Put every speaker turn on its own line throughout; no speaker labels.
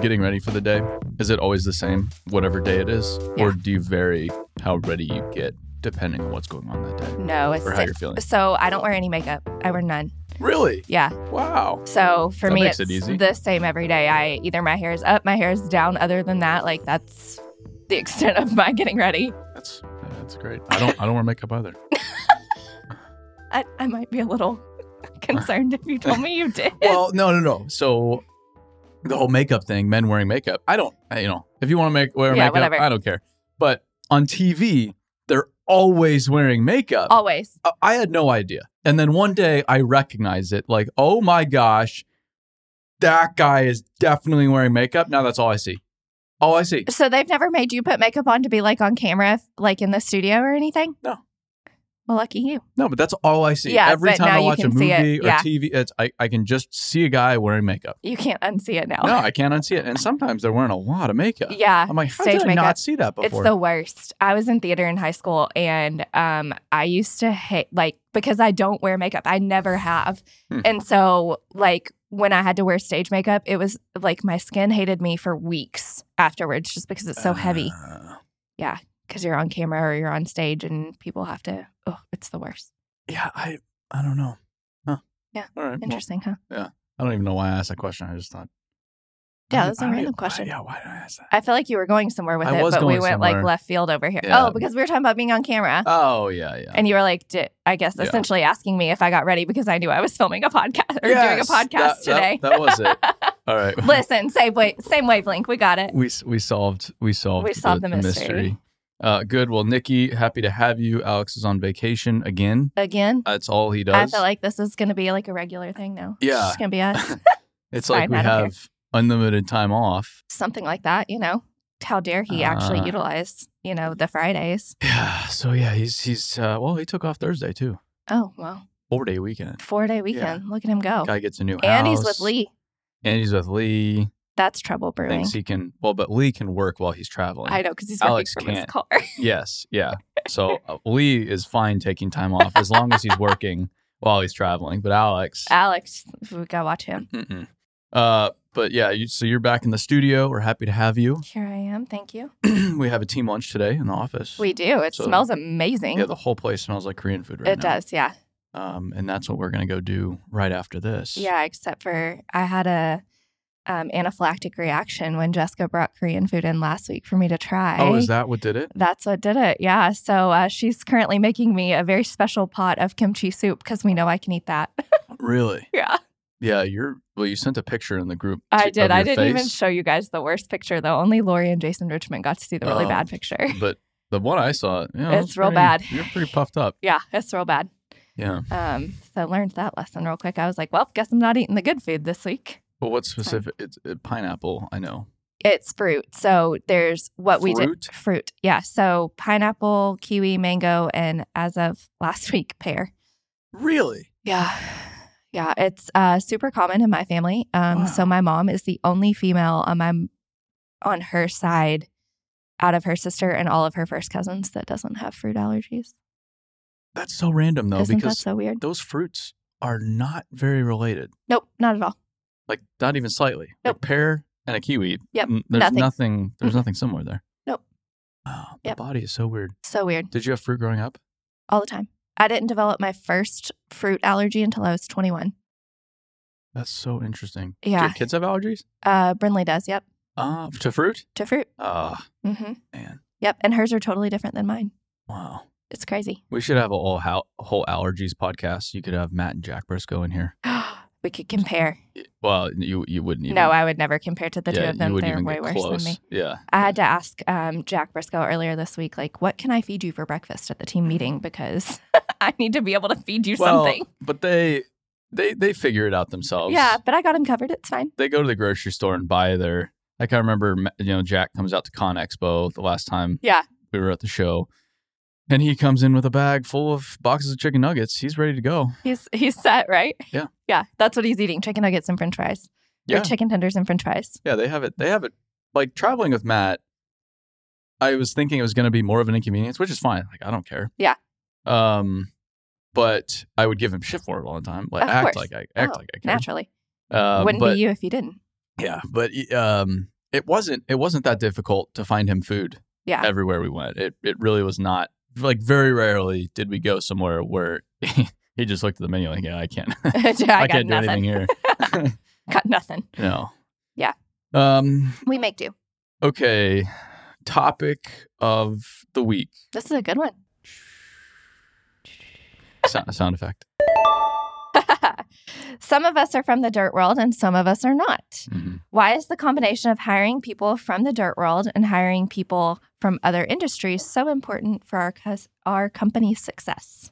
getting ready for the day, is it always the same, whatever day it is? Or do you vary how ready you get depending on what's going on that day?
No, it's
Or how you're feeling?
so I don't wear any makeup. I wear none.
Really?
Yeah.
Wow.
So for
That
me,
makes
it's
it easy.
the same every day. I either my hair is up, my hair is down. Other than that, like that's the extent of my getting ready.
That's that's great. I don't I don't wear makeup either.
I, I might be a little concerned if you told me you did.
Well, no, no, no. So the whole makeup thing, men wearing makeup. I don't, I- you know, if you want to make wear
Yeah,
makeup,
whatever.
I don't care. But on TV, they're always wearing makeup.
Always.
I- Uh, I had no idea. And then one day I recognize it like, oh my gosh, that guy is definitely wearing makeup. Now that's all I see. All I see.
So they've never made you put makeup on to be like on camera, if- like in the studio or anything.
No.
Well, lucky you.
No, but that's all I see.
Yeah,
Every
but
time
now
I
you
watch a
can see it.
movie or
Yeah.
TV, it's, I, I can just see a guy wearing makeup.
You can't unsee it now.
No, I can't unsee it. And sometimes they're wearing a lot of makeup.
Oh. Yeah.
I'm like, how
Stage
did I
makeup.
not see that before?
It's the worst. I was in theater in high school and um I used to hate like because I don't wear makeup. I never have.
Hmm.
And so like when I had to wear stage makeup, it was like my skin hated me for weeks afterwards just because it's so heavy
Uh,
because you're on camera or you're on stage and people have to oh, it's the worst.
yeah, I I don't know. Huh.
Yeah.
All right. well,
Interesting, huh?
I don't even know why I asked that question. I just thought.
Yeah,
I-
that's a
I don't
random
even- why-
question.
yeah, why did I ask that?
I feel like you were going somewhere with
I
it,
was
but we
going
went like
somewhere.
left field over here.
Yeah.
Oh, because we were talking about being on camera.
Oh yeah, yeah.
and you were like, di- I guess,
Yeah.
essentially asking me if I got ready because I knew I was filming a podcast or doing a
Yes,
podcast
that- that-
today.
That, was it. All right.
Listen, same way, same wavelength. We got it.
we s- we solved we solved
We solved the mystery.
Uh, good. Well, Nikki, happy to have you. Alex is on vacation again.
Again,
That's all he does.
I feel like this is going to be like a regular thing now.
Yeah.
it's just going to be us,
it's
fine,
like we
I don't care.
have unlimited time off.
something like that. You know, how dare he
Ah.
actually utilize you know the Fridays?
Yeah. So yeah, he's he's uh, well, he took off Thursday too.
Oh well,
Four day weekend.
four day weekend. Look at him go.
Guy gets a new house.
and he's with Lee.
And he's with Lee.
That's trouble brewing.
Thinks he can. Well, but Lee can work while he's traveling.
I know because he's
Alex
working from his
can't.
car.
Yes, yeah. So uh, Lee is fine taking time off as long as he's working while he's traveling. But Alex,
Alex, we gotta watch him.
mm-mm. uh, but yeah. You, so you're back in the studio. We're happy to have you.
Here I am. Thank you.
we have a team lunch today in the office.
We do. It
So-
smells amazing.
yeah, the whole place smells like Korean food right
it
now.
does. Yeah.
Um, and that's what we're gonna go do right after this.
Yeah, except for I had a um, anaphylactic reaction when Jessica brought Korean food in last week for me to try.
Oh, is that what did it?
That's what did it. Yeah. So uh, she's currently making me a very special pot of kimchi soup because we know I can eat that.
Really?
yeah.
Yeah. You're. Well, you sent a picture in the group.
I
to-
did.
of
I
your
didn't even
face,
show you guys the worst picture, though. Only Lori and Jason Richmond got to see the really
Oh.
bad picture.
But the one I saw, you know,
It's
it's
real
pretty-
bad.
You're pretty puffed up.
Yeah, it's real bad.
Yeah.
Um, so learned that lesson real quick. I was like, well, guess I'm not eating the good food this week.
But what
fine.
specific? It's it, pineapple. I know.
It's fruit. So there's what we did.
Fruit?
Fruit. Yeah. So pineapple, kiwi, mango, and as of last week, pear.
Really?
Yeah. Yeah. It's uh, super common in my family. Um,
Wow.
So my mom is the only female on my on her side out of her sister and all of her first cousins that doesn't have fruit allergies.
That's so random though,
Isn't that
Oh, because
so weird?
those fruits are not very related.
Nope, not at all.
Like not even slightly. Like,
Nope.
pear and a kiwi.
Yep,
n- There's
nothing.
There's nothing similar there.
Nope.
Wow.
Yep.
The body is so weird.
So weird.
Did you have fruit growing up?
All the time. I didn't develop my first fruit allergy until I was 21.
That's so interesting.
Yeah.
Do kids have allergies?
Uh, Brinley does. Yep.
Uh, to fruit?
To fruit.
Ah,
Mm-hmm.
man.
Yep. And hers are totally different than mine.
Wow.
It's crazy.
We should have a whole how, whole allergies podcast. You could have Matt and Jack Briscoe in here.
we could compare.
Well, you you wouldn't even.
No, I would never compare to the two
yeah,
of them.
You wouldn't
They're
even
way
get
worse
close.
than me.
Yeah.
I had to ask um, Jack Briscoe earlier this week, like, what can I feed you for breakfast at the team meeting? Because I need to be able to feed you something.
But they they they figure it out themselves.
Yeah, but I got him covered. It's fine.
They go to the grocery store and buy their like I remember Ma- you know Jack comes out to Con Expo the last time
Yeah.
we were at the show. And he comes in with a bag full of boxes of chicken nuggets. He's ready to go.
He's he's set, right?
Yeah.
Yeah. That's what he's eating chicken nuggets and french fries.
Yeah.
Or chicken tenders and french fries.
Yeah, they have it. They have it. Like traveling with Matt, I was thinking it was going to be more of an inconvenience, which is fine. Like I don't care.
Yeah.
Um, but I would give him shit for it all the time. Like
Of
act
course.
like I act
Oh,
like I care.
Naturally.
Uh,
Wouldn't
but-
be you if you didn't.
Yeah, but um, it wasn't it wasn't that difficult to find him food
Yeah.
everywhere we went. It it really was not like very rarely did we go somewhere where he just looked at the menu like, yeah, I can't I,
I, got
can't do
nothing.
anything here.
Got nothing.
No.
Yeah.
Um
We make do.
okay. Topic of the week.
This is a good one.
Sound, sound effect.
some of us are from the dirt world and some of us are not.
Mhm.
Why is the combination of hiring people from the dirt world and hiring people from other industries so important for our cus- our company's success?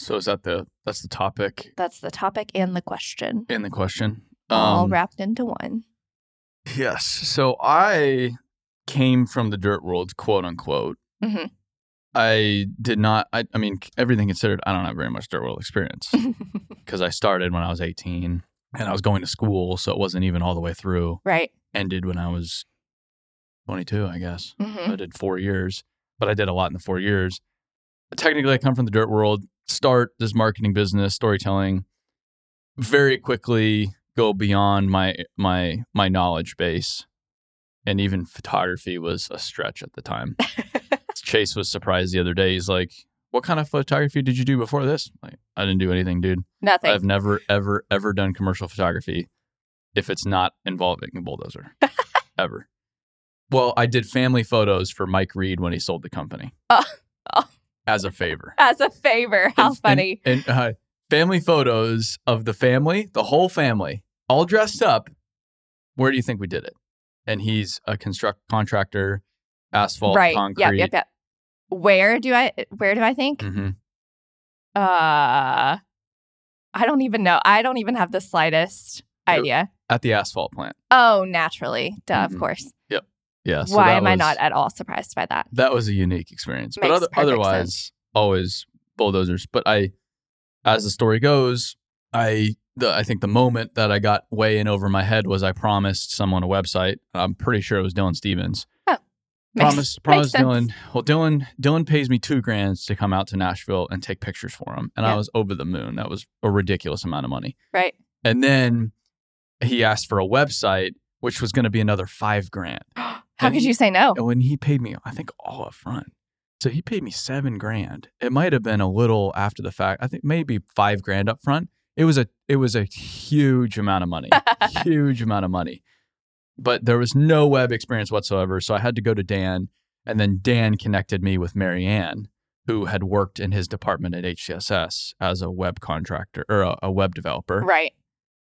So is that the that's the topic
That's the topic and the question,
in the question?
all
Um,
wrapped into one.
Yes. So I came from the dirt world, quote unquote.
Mhm.
I did not. I, I mean, everything considered, I don't have very much dirt world experience because I started when I was 18 and I was going to school, so it wasn't even all the way through.
right.
Ended when I was 22, I guess.
hmm
I did four years, but I did a lot in the four years. Technically, I come from the dirt world, start this marketing business, storytelling, very quickly go beyond my my my knowledge base. And even photography was a stretch at the time. Chase was surprised the other day. He's like, What kind of photography did you do before this? Like, I didn't do anything, dude.
Nothing.
I've never, ever, ever done commercial photography if it's not involving a bulldozer. ever. Well, I did family photos for Mike Reed when he sold the company.
Oh. Oh.
As a favor.
As a favor. How
And- and-
funny.
And, uh, family photos of the family, the whole family, all dressed up. Where do you think we did it? And he's a construct contractor, asphalt,
right.
concrete.
Yep. Yep. Yep. Where do I? Where do I think?
Mhm.
Uh, I don't even know. I don't even have the slightest
Yep.
idea.
At the asphalt plant.
Oh, naturally, duh,
Mhm.
of course.
Yeah. Uh, so
Why
that
am I
was-
not at all surprised by that?
that was a unique experience. but
Makes
other,
perfect
otherwise, always bulldozers. But I, as the story goes, I the, I think the moment that I got way in over my head was I promised someone a website. I'm pretty sure it was Dylan Stevens.
Makes-
promised promised
sense.
Dylan. Well, Dylan Dylan pays me two grands to come out to Nashville and take pictures for him, and I
Yeah.
was over the moon. That was a ridiculous amount of money.
right?
And then he asked for a website, which was going to be another five grand.
How could you say no?
And when he paid me, I think all up front. So he paid me seven grand. It might have been a little after the fact. I think maybe five grand up front. It was a it was a huge amount of money. huge amount of money. But there was no web experience whatsoever. So I had to go to Dan. And then Dan connected me with Mary Ann, who had worked in his department at HCSS as a web contractor or a, a web developer
Right.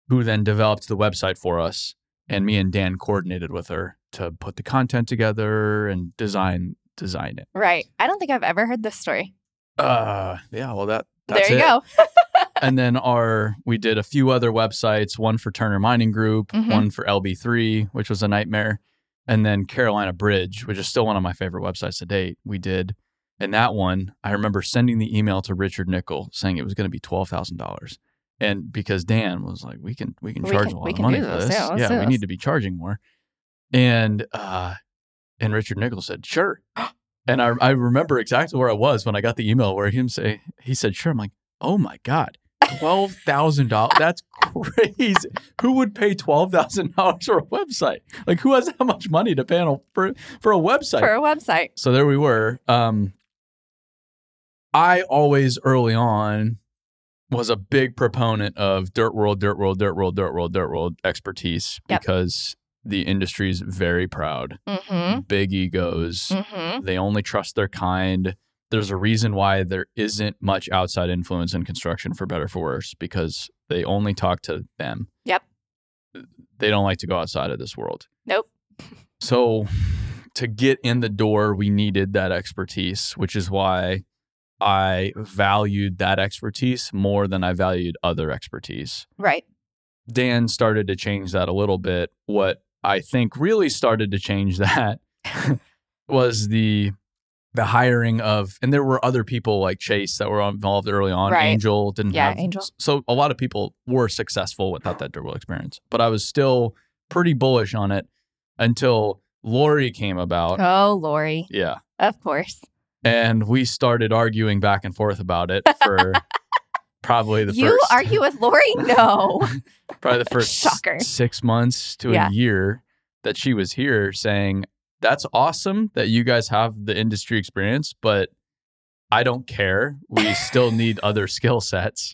who then developed the website for us. And me and Dan coordinated with her to put the content together and design design it.
Right. I don't think I've ever heard this story.
Uh, yeah. Well, that that's
there you
it.
go.
And then our we did a few other websites. One for Turner Mining Group,
Mhm.
one for LB3, which was a nightmare, and then Carolina Bridge, which is still one of my favorite websites to date. We did. And that one, I remember sending the email to Richard Nickel saying it was going to be twelve thousand dollars, and because Dan was like, "We can we can
We
charge
can-
a
we
lot of
can
money
do
for
this.
this.
Yeah,
Yeah,
let's do
we need
this."
to be charging more." And uh, and Richard Nichols said, "Sure." And I, I remember exactly where I was when I got the email where him say he said, "Sure." I'm like, "Oh my god, twelve thousand dollars? That's crazy. who would pay twelve thousand dollars for a website? Like, who has that much money to pay on a, for for a website?
For a website.
so there we were. Um, I always early on was a big proponent of dirt world, dirt world, dirt world, dirt world, dirt world expertise
Yep.
because the industry is very proud,
Mm-hmm.
big egos.
Mm-hmm.
They only trust their kind. There's a reason why there isn't much outside influence in construction, for better or for worse, because they only talk to them.
Yep.
They don't like to go outside of this world.
Nope.
So, to get in the door, we needed that expertise, which is why I valued that expertise more than I valued other expertise.
Right.
Dan started to change that a little bit. What I think really started to change that was the the hiring of and there were other people like Chase that were involved early on.
Right.
Angel didn't
Yeah,
have
Angel.
So a lot of people were successful without that durable experience. But I was still pretty bullish on it until Lori came about.
Oh, Lori.
Yeah.
Of course.
And we started arguing back and forth about it for probably the
you
first
argue with Lori? No.
probably the first s-
Shocker.
six months to
Yeah.
a year. that she was here saying, That's awesome that you guys have the industry experience, but I don't care. We still need other skill sets.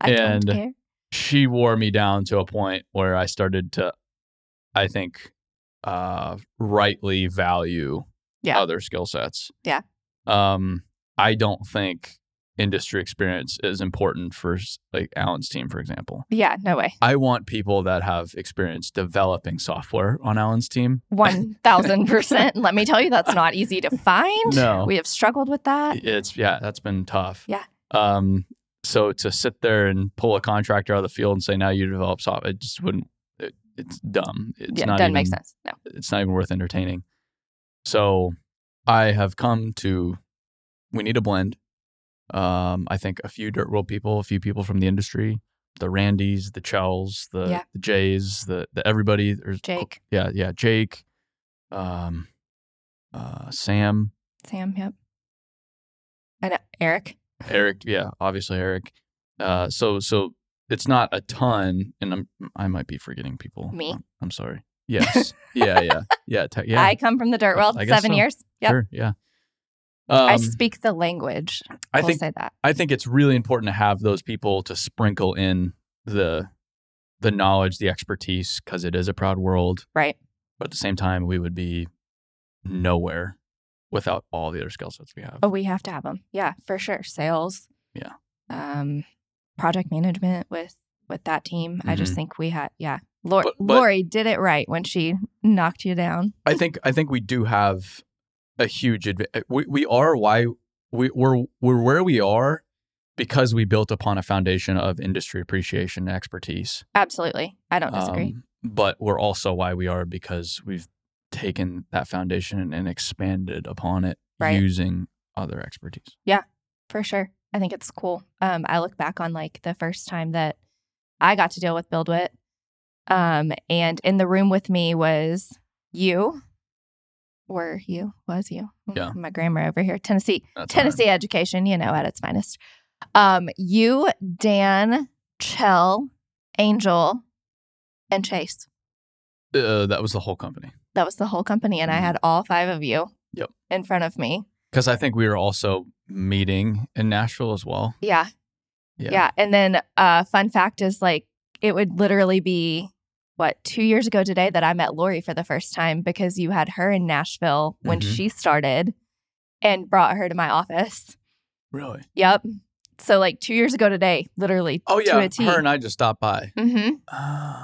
I
And-
don't care.
She wore me down to a point where I started to, I think, uh, rightly value
Yeah.
other skill sets.
Yeah.
Um, I don't think industry experience is important for s- like Alan's team, for example.
Yeah, no way.
I want people that have experience developing software on Alan's team.
One thousand percent. Let me tell you, that's not easy to find.
No.
We have struggled with that.
It's yeah, that's been tough.
Yeah.
Um, so to sit there and pull a contractor out of the field and say now you develop software, it just wouldn't. It, it's dumb. It's
yeah,
not
doesn't
even,
make sense. No.
It's not even worth entertaining. So, I have come to. We need a blend. Um, I think a few dirt world people, a few people from the industry, the Randys, the Chows, the,
Yeah.
the Jays, the, the everybody. There's
Jake,
yeah, yeah, Jake, um, uh, Sam,
Sam, yep. And Eric.
Eric, yeah, obviously Eric. Uh, so so it's not a ton, and I'm I might be forgetting people.
Me?
I'm, I'm sorry. Yes. yeah. Yeah. Yeah. Te- yeah.
I come from the dirt
I-
world.
I guess
seven
so.
years. Yep.
Sure. Yeah.
I
Um,
speak the language.
I
we'll
think
say that.
I think it's really important to have those people to sprinkle in the the knowledge, the expertise, because it is a proud world.
Right.
But at the same time, we would be nowhere without all the other skill sets we have.
Oh, we have to have them. Yeah, for sure. Sales.
Yeah.
Um, project management with with that team. I just
Mhm.
think we had. Yeah. Lor-
But- but-
Lori did it right when she knocked you down.
I think I think we do have a huge advantage. We we are why we, we're we're where we are because we built upon a foundation of industry appreciation and expertise.
Absolutely. I don't disagree.
Um, but we're also why we are because we've taken that foundation and expanded upon it
Right.
using other expertise.
for sure. I think it's cool. Um, I look back on like the first time that I got to deal with BuildWit, um, and in the room with me was you, were you, was you?
Yeah.
My grammar over here, Tennessee,
That's all right.
Tennessee education, you know, at its finest. Um, you, Dan, Chell, Angel, and Chase.
Uh, that was the whole company
That was the whole company, and I
Mhm.
had all five of you.
Yep.
In front of me.
because I think we were also meeting in Nashville as well.
Yeah.
Yeah.
Yeah. And then uh fun fact is like it would literally be what, two years ago today that I met Lori for the first time because you had her in Nashville when
Mhm.
she started and brought her to my office.
Really?
Yep. So like two years ago today, literally
Oh
to
yeah,
a T.
her and I just stopped by.
hmm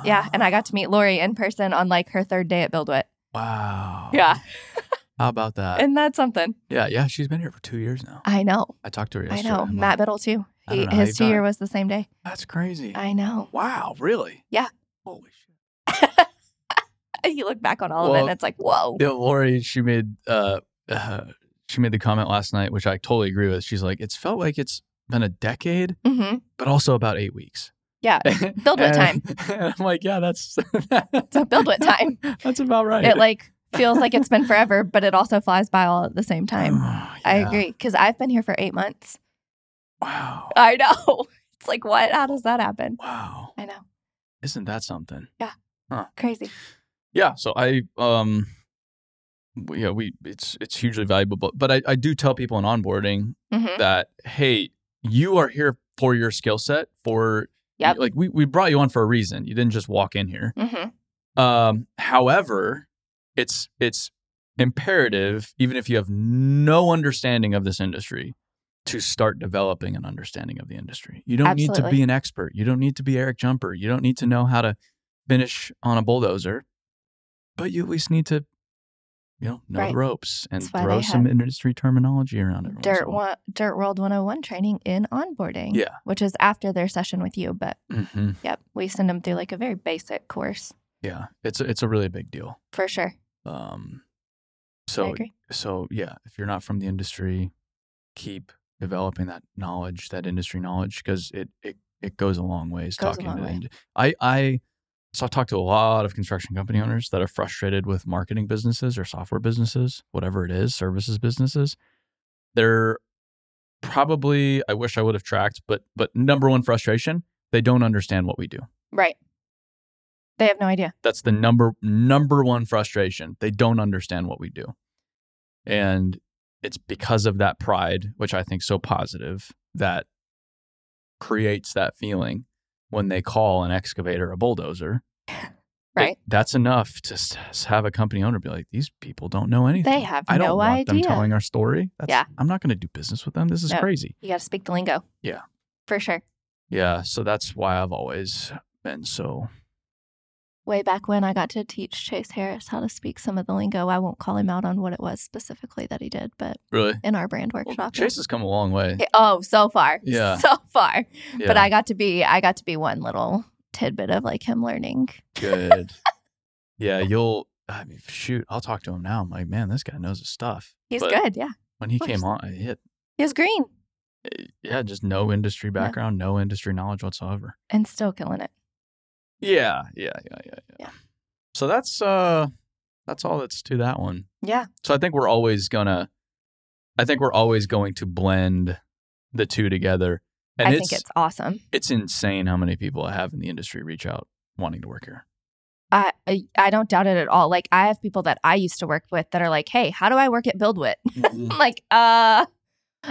Yeah. And
Ah,
I got to meet Lori in person on like her third day at BuildWit.
wow.
Yeah.
How about that?
And that's something.
yeah, yeah. She's been here for two years now.
I know.
I talked to her
I
yesterday.
know.
I'm
Matt
like,
Biddle too.
I don't
He,
know how
his
you've
two
done
year
it.
was the same day.
That's crazy.
I know.
wow, really?
Yeah.
Holy shit.
You look back on all of it
Well,
and it's like, whoa.
Yeah, Lori, she made uh, uh, she made the comment last night, which I totally agree with. She's like, it's felt like it's been a decade,
hmm
but also about eight weeks.
Yeah.
Build
with time.
And I'm like, yeah, that's
So build with time.
That's about right.
it like feels like it's been forever, but it also flies by all at the same time. I
Oh, Yeah.
agree because I've been here for eight months.
Wow.
I know. It's like what? How does that happen?
Wow.
I know.
Isn't that something?
Crazy.
yeah so i um w- yeah we it's it's hugely valuable but but i, I do tell people in onboarding
Mhm.
that hey you are here for your skill set for
Yep.
like we, we brought you on for a reason you didn't just walk in here
Mhm.
um however it's it's imperative even if you have no understanding of this industry to start developing an understanding of the industry you don't need to
Absolutely.
be an expert you don't need to be eric jumper you don't need to know how to finish on a bulldozer but you at least need to you know know
Right.
the ropes and
That's why
throw
they
some
have
industry terminology around it
Dirt one, Dirt World 101 training in onboarding.
Yeah.
Which is after their session with you, but
mm-hmm.
yep, we send them through like a very basic course
yeah it's a, it's a really big deal
for sure.
um
I
so
agree.
so yeah if you're not from the industry keep developing that knowledge that industry knowledge because it, it it goes a long ways
Goes a
talking
long
to the
way.
ind- i i so i talk to a lot of construction company owners that are frustrated with marketing businesses or software businesses whatever it is services businesses they're probably i wish i would have tracked but but number one frustration they don't understand what we do
Right. They have no idea.
That's the number number one frustration. They don't understand what we do.
Mm-hmm.
And it's because of that pride, which I think is so positive, that creates that feeling when they call an excavator a bulldozer.
Right.
that's enough to s- have a company owner be like, these people don't know anything.
They have
I don't
no
want them
idea.
telling our story. That's,
Yeah.
I'm not going to do business with them. This is
No.
crazy.
you got to speak the lingo.
Yeah.
For sure.
Yeah. So that's why I've always been so.
Way back when I got to teach Chase Harris how to speak some of the lingo. I won't call him out on what it was specifically that he did, but
Really?
in our brand
Well,
workshop.
Chase has come a long way.
Hey, Oh, so far.
Yeah.
So far.
Yeah,
But I got to be I got to be one little tidbit of like him learning.
good. yeah, you'll. I mean, shoot, I'll talk to him now. I'm like, man, this guy knows his stuff.
He's
But
good, yeah.
When he
Of
came
course.
on, I hit.
He's green
Yeah, just no industry background, no industry knowledge whatsoever.
and still killing it.
Yeah, yeah, yeah, yeah, yeah.
Yeah.
So that's uh, that's all that's to that one.
Yeah.
So I think we're always gonna, I think we're always going to blend the two together, and
I
it's,
think it's awesome.
it's insane how many people I have in the industry reach out wanting to work here.
I, I I don't doubt it at all. Like I have people that I used to work with that are like, "Hey, how do I work at BuildWit?" I'm like, "Uh,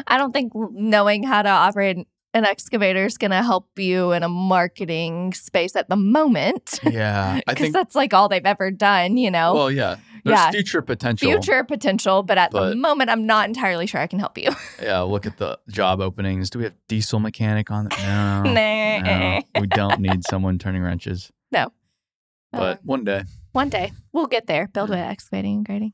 I don't think knowing how to operate an excavator is going to help you in a marketing space at the moment."
yeah, I
Because
think.
that's like all they've ever done, you know.
Well, yeah, there's
Yeah.
future potential.
future potential, but at
But-
the moment, I'm not entirely sure I can help you.
Yeah, look at the job openings. Do we have diesel mechanic on? The- no,
Nah.
no, we don't need someone turning wrenches. But
Um,
one day,
one day we'll get there. Build with excavating and grading.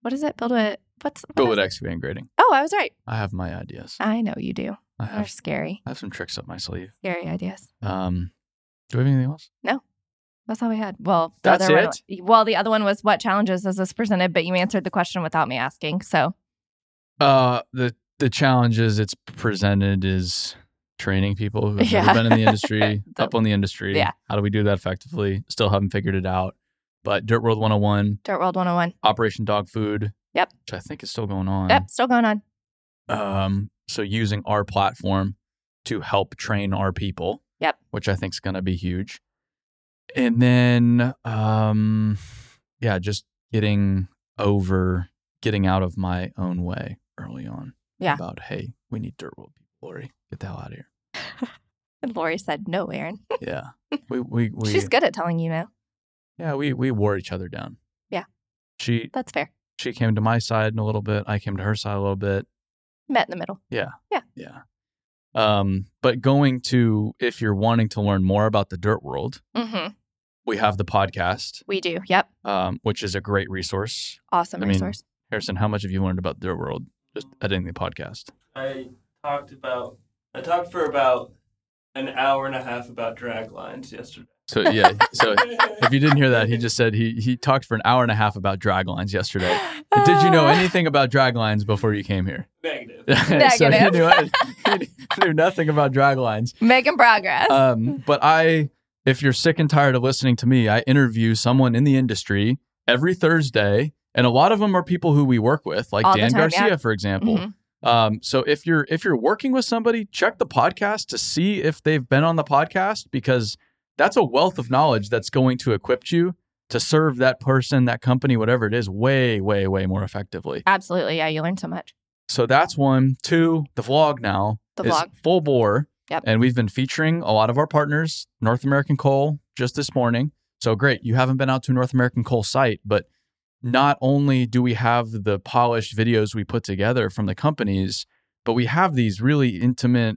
What is it? Build with what's what
go
is-
with excavating grading.
Oh, I was right.
I have my ideas.
I know you do.
I
They're
have
scary,
I have some tricks up my sleeve.
scary ideas.
Um, do we have anything else?
That's all we had. Well, the
That's
other one- well, the other one was what challenges is this presented, but you answered the question without me asking. So
Uh, the the challenges it's presented is training people who have
Yeah.
never been in the industry
The-
up on the industry.
Yeah.
How do we do that effectively? Still haven't figured it out. But Dirt World 101,
Dirt World 101.
Operation Dog Food.
Yep.
Which I think is still going on.
Yep, still going on.
um, so using our platform to help train our people.
Yep.
Which I think is going to be huge. And then, um, yeah, just getting over, getting out of my own way early on.
Yeah.
About hey, we need dirt world people. Lori, get the hell out of here.
And Lori said, "No, Aaron.
Yeah. we we we.
She's good at telling you no.
Yeah, we we wore each other down.
Yeah.
She
That's fair.
she came to my side in a little bit. I came to her side a little bit.
Met in the middle.
Yeah. Um, but going to if you're wanting to learn more about the dirt world,
Mm-hmm.
we have the podcast,
We do. Yep.
um, which is a great resource.
Awesome
I mean,
resource.
Harrison, how much have you learned about the dirt world just editing the podcast?
I talked about I talked for about an hour and a half about drag lines yesterday.
So yeah, so if you didn't hear that, he just said he he talked for an hour and a half about drag lines yesterday. Did you know
Ah.
anything about drag lines before you came here?
negative.
so he
Negative.
knew, he knew nothing about drag lines.
Making progress.
Um, but I, if you're sick and tired of listening to me, I interview someone in the industry every Thursday, and a lot of them are people who we work with, like
All the
Dan
time,
Garcia,
yeah.
for example.
Mhm.
Um, so if you're if you're working with somebody, check the podcast to see if they've been on the podcast because that's a wealth of knowledge that's going to equip you to serve that person, that company, whatever it is, way, way, way more effectively.
Absolutely. Yeah, you learn so much.
So that's one. Two, the vlog now
The
is
vlog.
full bore.
Yep.
And we've been featuring a lot of our partners, North American Coal, just this morning. So great. You haven't been out to North American Coal site, but not only do we have the polished videos we put together from the companies, but we have these really intimate,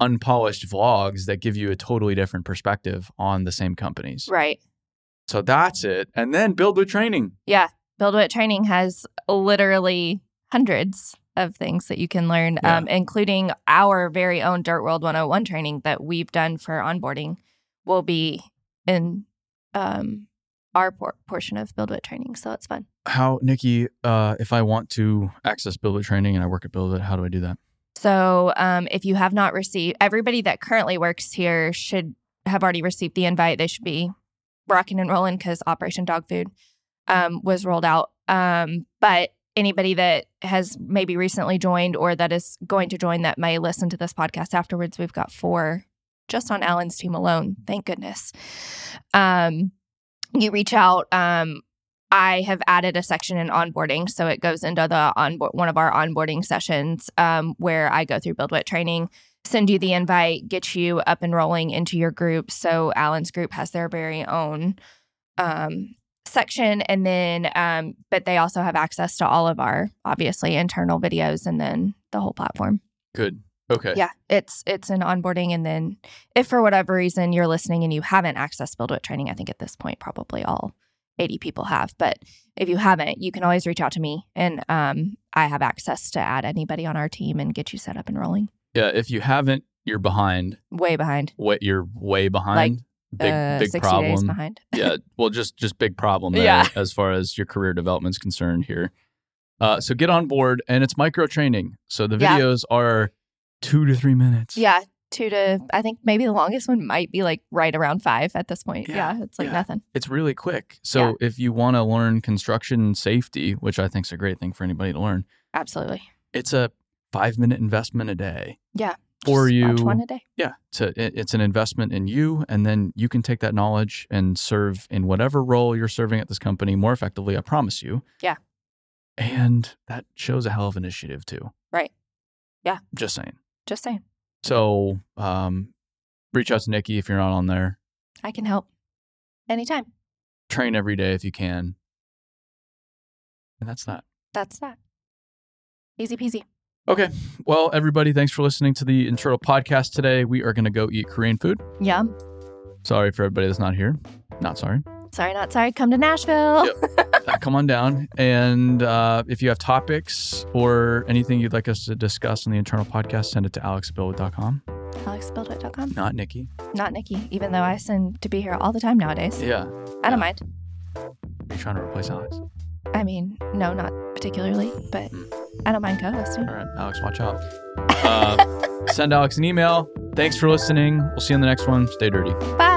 unpolished vlogs that give you a totally different perspective on the same companies.
Right.
So that's it. And then build with training.
Yeah. BuildWit training has literally hundreds of things that you can learn,
Yeah.
um, including our very own Dirt World 101 training that we've done for onboarding will be in um, our por- portion of BuildWit training. So it's fun.
How, Nikki, uh, if I want to access Build It Training and I work at Build It, how do I do that?
So um, if you have not received, everybody that currently works here should have already received the invite. They should be rocking and rolling because Operation Dog Food um, was rolled out. Um, but anybody that has maybe recently joined or that is going to join that may listen to this podcast afterwards, we've got four just on Alan's team alone. Thank goodness. Um, you reach out. Um, I have added a section in onboarding, so it goes into the onboard one of our onboarding sessions um, where I go through BuildWit training, send you the invite, get you up and rolling into your group. So Alan's group has their very own um, section, and then um, but they also have access to all of our obviously internal videos and then the whole platform.
Good. Okay.
Yeah, it's it's an onboarding, and then if for whatever reason you're listening and you haven't accessed BuildWit training, I think at this point probably all 80 people have. But if you haven't, you can always reach out to me, and um, I have access to add anybody on our team and get you set up and rolling.
Yeah. If you haven't, you're behind.
Way behind,
What you're way behind. big
uh,
big
60
problem.
days behind.
yeah. Well, just just big problem there
Yeah.
as far as your career development's concerned here. Uh, so get on board, and it's micro training. So the
Yeah.
videos are two to three minutes.
Yeah, two to I think maybe the longest one might be like right around five at this point.
Yeah,
Yeah, it's like
yeah.
nothing.
It's really quick. So if you want to learn construction safety, which I think is a great thing for anybody to learn,
Absolutely.
it's a five minute investment a day.
Yeah.
For
Just
you,
watch one a day.
yeah to it- it's an investment in you and then you can take that knowledge and serve in whatever role you're serving at this company more effectively i promise you
Yeah.
and that shows a hell of initiative too
Right. Yeah.
just saying
Just saying,
so um reach out to nikki if you're not on there
I can help anytime.
train every day if you can and that's that
That's that. Easy peasy.
okay well everybody thanks for listening to the internal podcast today we are going to go eat korean food
Yum.
sorry for everybody that's not here not sorry
Sorry, not sorry. Come to Nashville.
Uh, come on down. And uh, if you have topics or anything you'd like us to discuss on the internal podcast, send it to alexbillwood.com,
AlexBuildWit.com.
not Nikki.
Not Nikki, even though I send to be here all the time nowadays.
Yeah.
I
yeah.
don't mind.
You're trying to replace Alex.
I mean, no, not particularly, but I don't mind co hosting.
All right, Alex, watch out. Uh, send Alex an email. Thanks for listening. We'll see you on the next one. Stay dirty.
Bye.